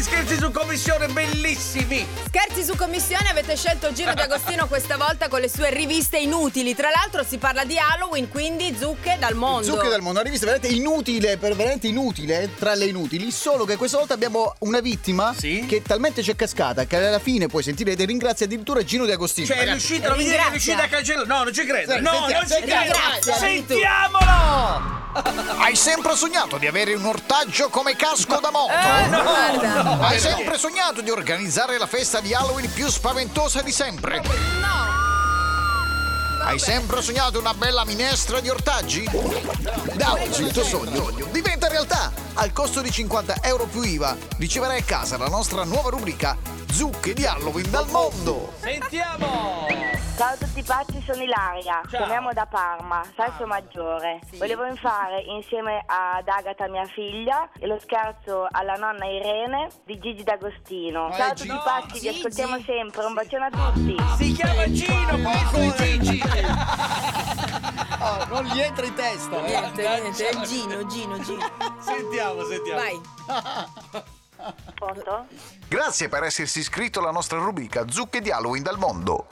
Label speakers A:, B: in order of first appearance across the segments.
A: Scherzi su commissione, bellissimi!
B: Scherzi su commissione, avete scelto Giro di Agostino questa volta con le sue riviste inutili. Tra l'altro si parla di Halloween, quindi zucche dal mondo.
C: Zucche del mondo, una rivista veramente inutile, per- veramente inutile, tra le inutili, solo che questa volta abbiamo una vittima
A: Sì?
C: che talmente c'è cascata che alla fine poi sentirete ringrazia addirittura Gino De Agostino.
A: Cioè, è
C: ragazzi.
A: riuscito, non mi dire che è riuscito a cancellare. No, non ci credo.
C: Senti,
A: No,
C: sentiamo,
A: non ci
C: sentiamo,
A: credo.
B: grazie,
A: Sentiamolo!
D: Hai sempre sognato di avere un ortaggio come casco da moto?
B: Eh, no, guarda.
A: No, perché?
D: Hai sempre sognato di organizzare la festa di Halloween più spaventosa di sempre?
B: No.
D: Hai sempre sognato una bella minestra di ortaggi? Da oggi il tuo sogno diventa realtà! Al costo di 50 euro più IVA riceverai a casa la nostra nuova rubrica Zucche di Halloween dal mondo!
A: Sentiamo!
E: Ciao a tutti pazzi, sono Ilaria,
A: Ciao.
E: veniamo da Parma, Salso Maggiore. Volevo fare insieme ad Agata, mia figlia, lo scherzo alla nonna Irene di Gigi D'Agostino.
C: Ma è
E: Ciao a tutti
C: Gigi.
E: pazzi, vi
B: Gigi.
E: ascoltiamo sempre, un bacione a tutti.
A: Si chiama Gino, porco Oh, Gigi!
C: Ah, non gli entra in testa. eh.
B: Niente, niente, è Gino, Gino, Gino.
A: Sentiamo, sentiamo.
B: Vai.
E: Pronto?
D: Grazie per essersi iscritto alla nostra rubrica Zucche di Halloween dal mondo!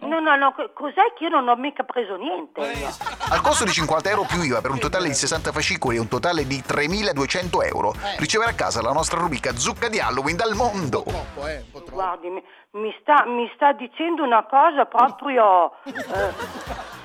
F: No, no, no, co- cos'è che io non ho mica preso niente?
A: Eh,
F: io?
D: Al costo di 50 euro più IVA per un totale di 60 fascicoli e un totale di 3.200 euro, riceverà a casa la nostra rubrica Zucca di Halloween dal mondo.
C: Troppo, eh, un po' troppo.
F: Guardi, mi, mi sta, mi sta dicendo una cosa proprio eh,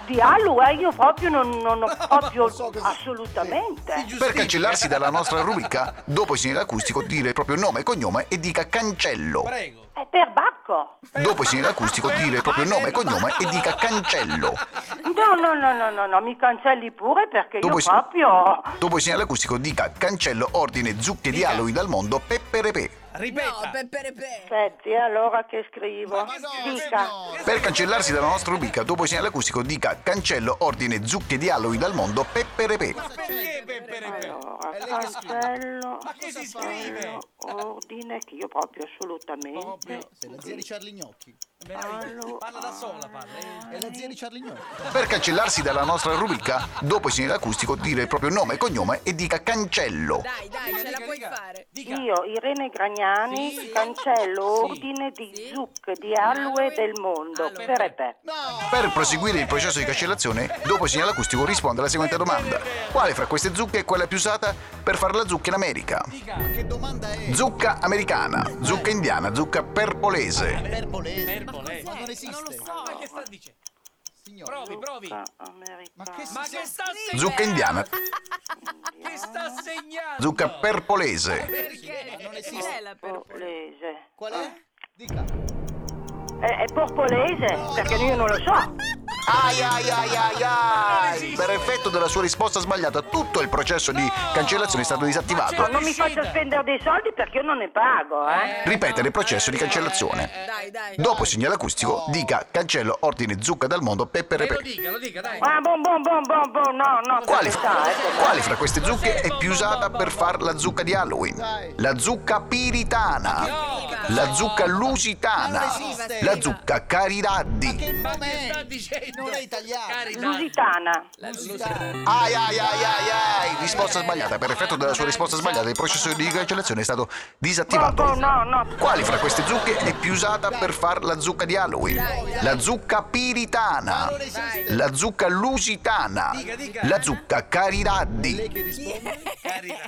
F: di Halloween, io proprio non, non ho proprio assolutamente.
A: Giustizia.
D: Per cancellarsi dalla nostra rubrica, dopo il segnale acustico dire il proprio nome e cognome e dica cancello.
A: Prego.
F: È perbacco.
D: Dopo il segnale acustico dire il proprio nome e cognome e dica cancello.
F: No, no, no, no, no, no, mi cancelli pure perché
D: Dopo
F: io
D: il,
F: proprio...
D: dopo il segnale acustico dica cancello ordine zucche di Halloween dal mondo pepperepe.
A: Ripeta.
B: No, peperepe.
F: Aspetti, allora che scrivo? Dica.
D: Per cancellarsi dalla nostra rubrica, dopo il segnale acustico dica cancello ordine zucche di Halloween dal mondo pepperepe.
A: Perché Peppe?
F: Allora,
C: È lei che scrive.
F: cancello,
A: Ma che si scrive?
F: ordine che io proprio assolutamente...
C: È la zia di Charlie Gnocchi.
B: Ah,
A: Veramente. Parla da sola, parla. eh.
C: È la zia di Charlie Gnocchi.
D: Per cancellarsi dalla nostra rubrica, dopo il segnale acustico dire il proprio nome e cognome e dica cancello.
B: Dai, dai, ce la
A: Dica,
B: puoi
A: dica.
B: fare.
A: Dica.
F: Io, Irene Gragnani,
A: Sì.
F: cancello
A: Sì.
F: ordine di
B: Sì.
F: zucche di Alue del mondo.
B: Allora.
F: Per e per.
C: No!
D: Per proseguire il processo di cancellazione, dopo il segnale acustico risponde alla seguente domanda. Quale fra queste zucche è quella più usata per fare la zucca in America?
C: Che domanda è?
D: Zucca americana, zucca indiana, zucca perpolese.
C: Perpolese.
A: Perpolese.
C: Ma non esiste.
B: Non lo
A: Ma
B: so.
A: che sta dicendo?
C: Signore.
A: Provi, provi.
F: Ah,
A: Ma
F: americana.
C: Ma che si
A: che sta segnando?
D: Zucca indiana,
A: Che sta segnando?
D: zucca perpolese.
B: Perché?
C: non esiste.
B: È la peperepe.
F: Porpolese.
C: Qual è? Dica.
F: È, è porpolese? Perché io non lo so.
D: Ai ai ai ai ai! Per effetto della sua risposta sbagliata, tutto il processo di cancellazione è stato
F: Ma
D: disattivato.
F: non mi faccio spendere dei soldi perché io non ne pago, eh.
D: Ripetere il processo di cancellazione.
B: Dai, dai.
D: Dopo segnale acustico, dica cancello ordine zucca dal mondo
A: Eh, lo
D: pepperepe.
A: dica, lo dica, dai.
F: Ah, bon, bon, bon, bon, bon, no, no,
D: Quali,
F: perché sa, eh, come-
D: quali fra queste zucche è più usata per far la zucca di Halloween? La zucca piritana, la zucca lusitana, la zucca caridaddi.
A: Ma che sta dicendo?
C: Non è italiano.
A: Carità.
F: eh, Lusitana.
D: Ai ai ai ai ai! Risposta sbagliata. Per effetto della sua risposta sbagliata il processo di cancellazione è stato
F: Bon, bon,
D: disattivato.
F: no, no.
D: Quali fra queste zucche è più usata per far la zucca di Halloween? La zucca piritana,
C: Non esiste.
D: la zucca lusitana,
A: Dica, dica.
D: la zucca caridaddi.
C: Lei che risponde?
A: Carità.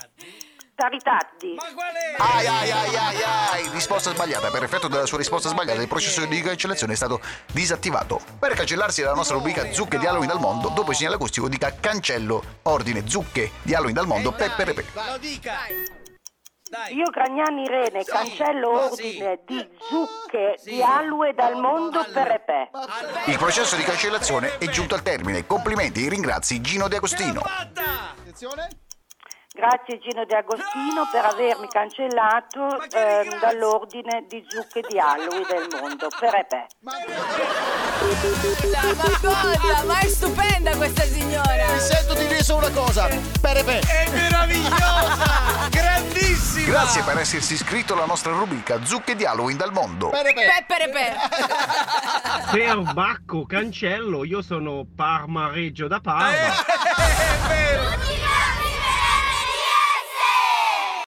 F: Taritaddi.
A: Ma qual è?
D: Ai ai ai ai ai, risposta sbagliata. Per effetto della sua risposta sbagliata il processo di cancellazione è stato disattivato. Per cancellarsi dalla nostra rubrica Zucche di Halloween dal mondo, dopo il segnale acustico dica cancello, ordine zucche di Halloween dal mondo, peperepe.
A: Lo dica. Dai.
F: Io Gragnani Irene, cancello
A: sì.
F: ordine di zucche di alue dal mondo per e pe.
D: Il processo di cancellazione è giunto al termine. Complimenti e ringrazi Gino
A: Ce
D: De
A: l'ho
D: Agostino.
A: fatta!
C: Attenzione.
F: Grazie Gino De Agostino
A: No!
F: per avermi cancellato
A: Ma che
F: eh,
A: ringrazio!
F: dall'ordine di zucche di alue del mondo per e pe.
B: Ma cosa? Ma è stupenda questa signora.
C: Mi sento di dire solo una cosa. Perepe.
A: È meravigliosa! Grandissima!
D: Grazie per essersi iscritto alla nostra rubrica Zucche di Halloween dal mondo.
C: Perepe.
B: Peperepe.
G: Per Bacco Cancello, io sono Parmareggio da Parma.
A: Eh, è vero!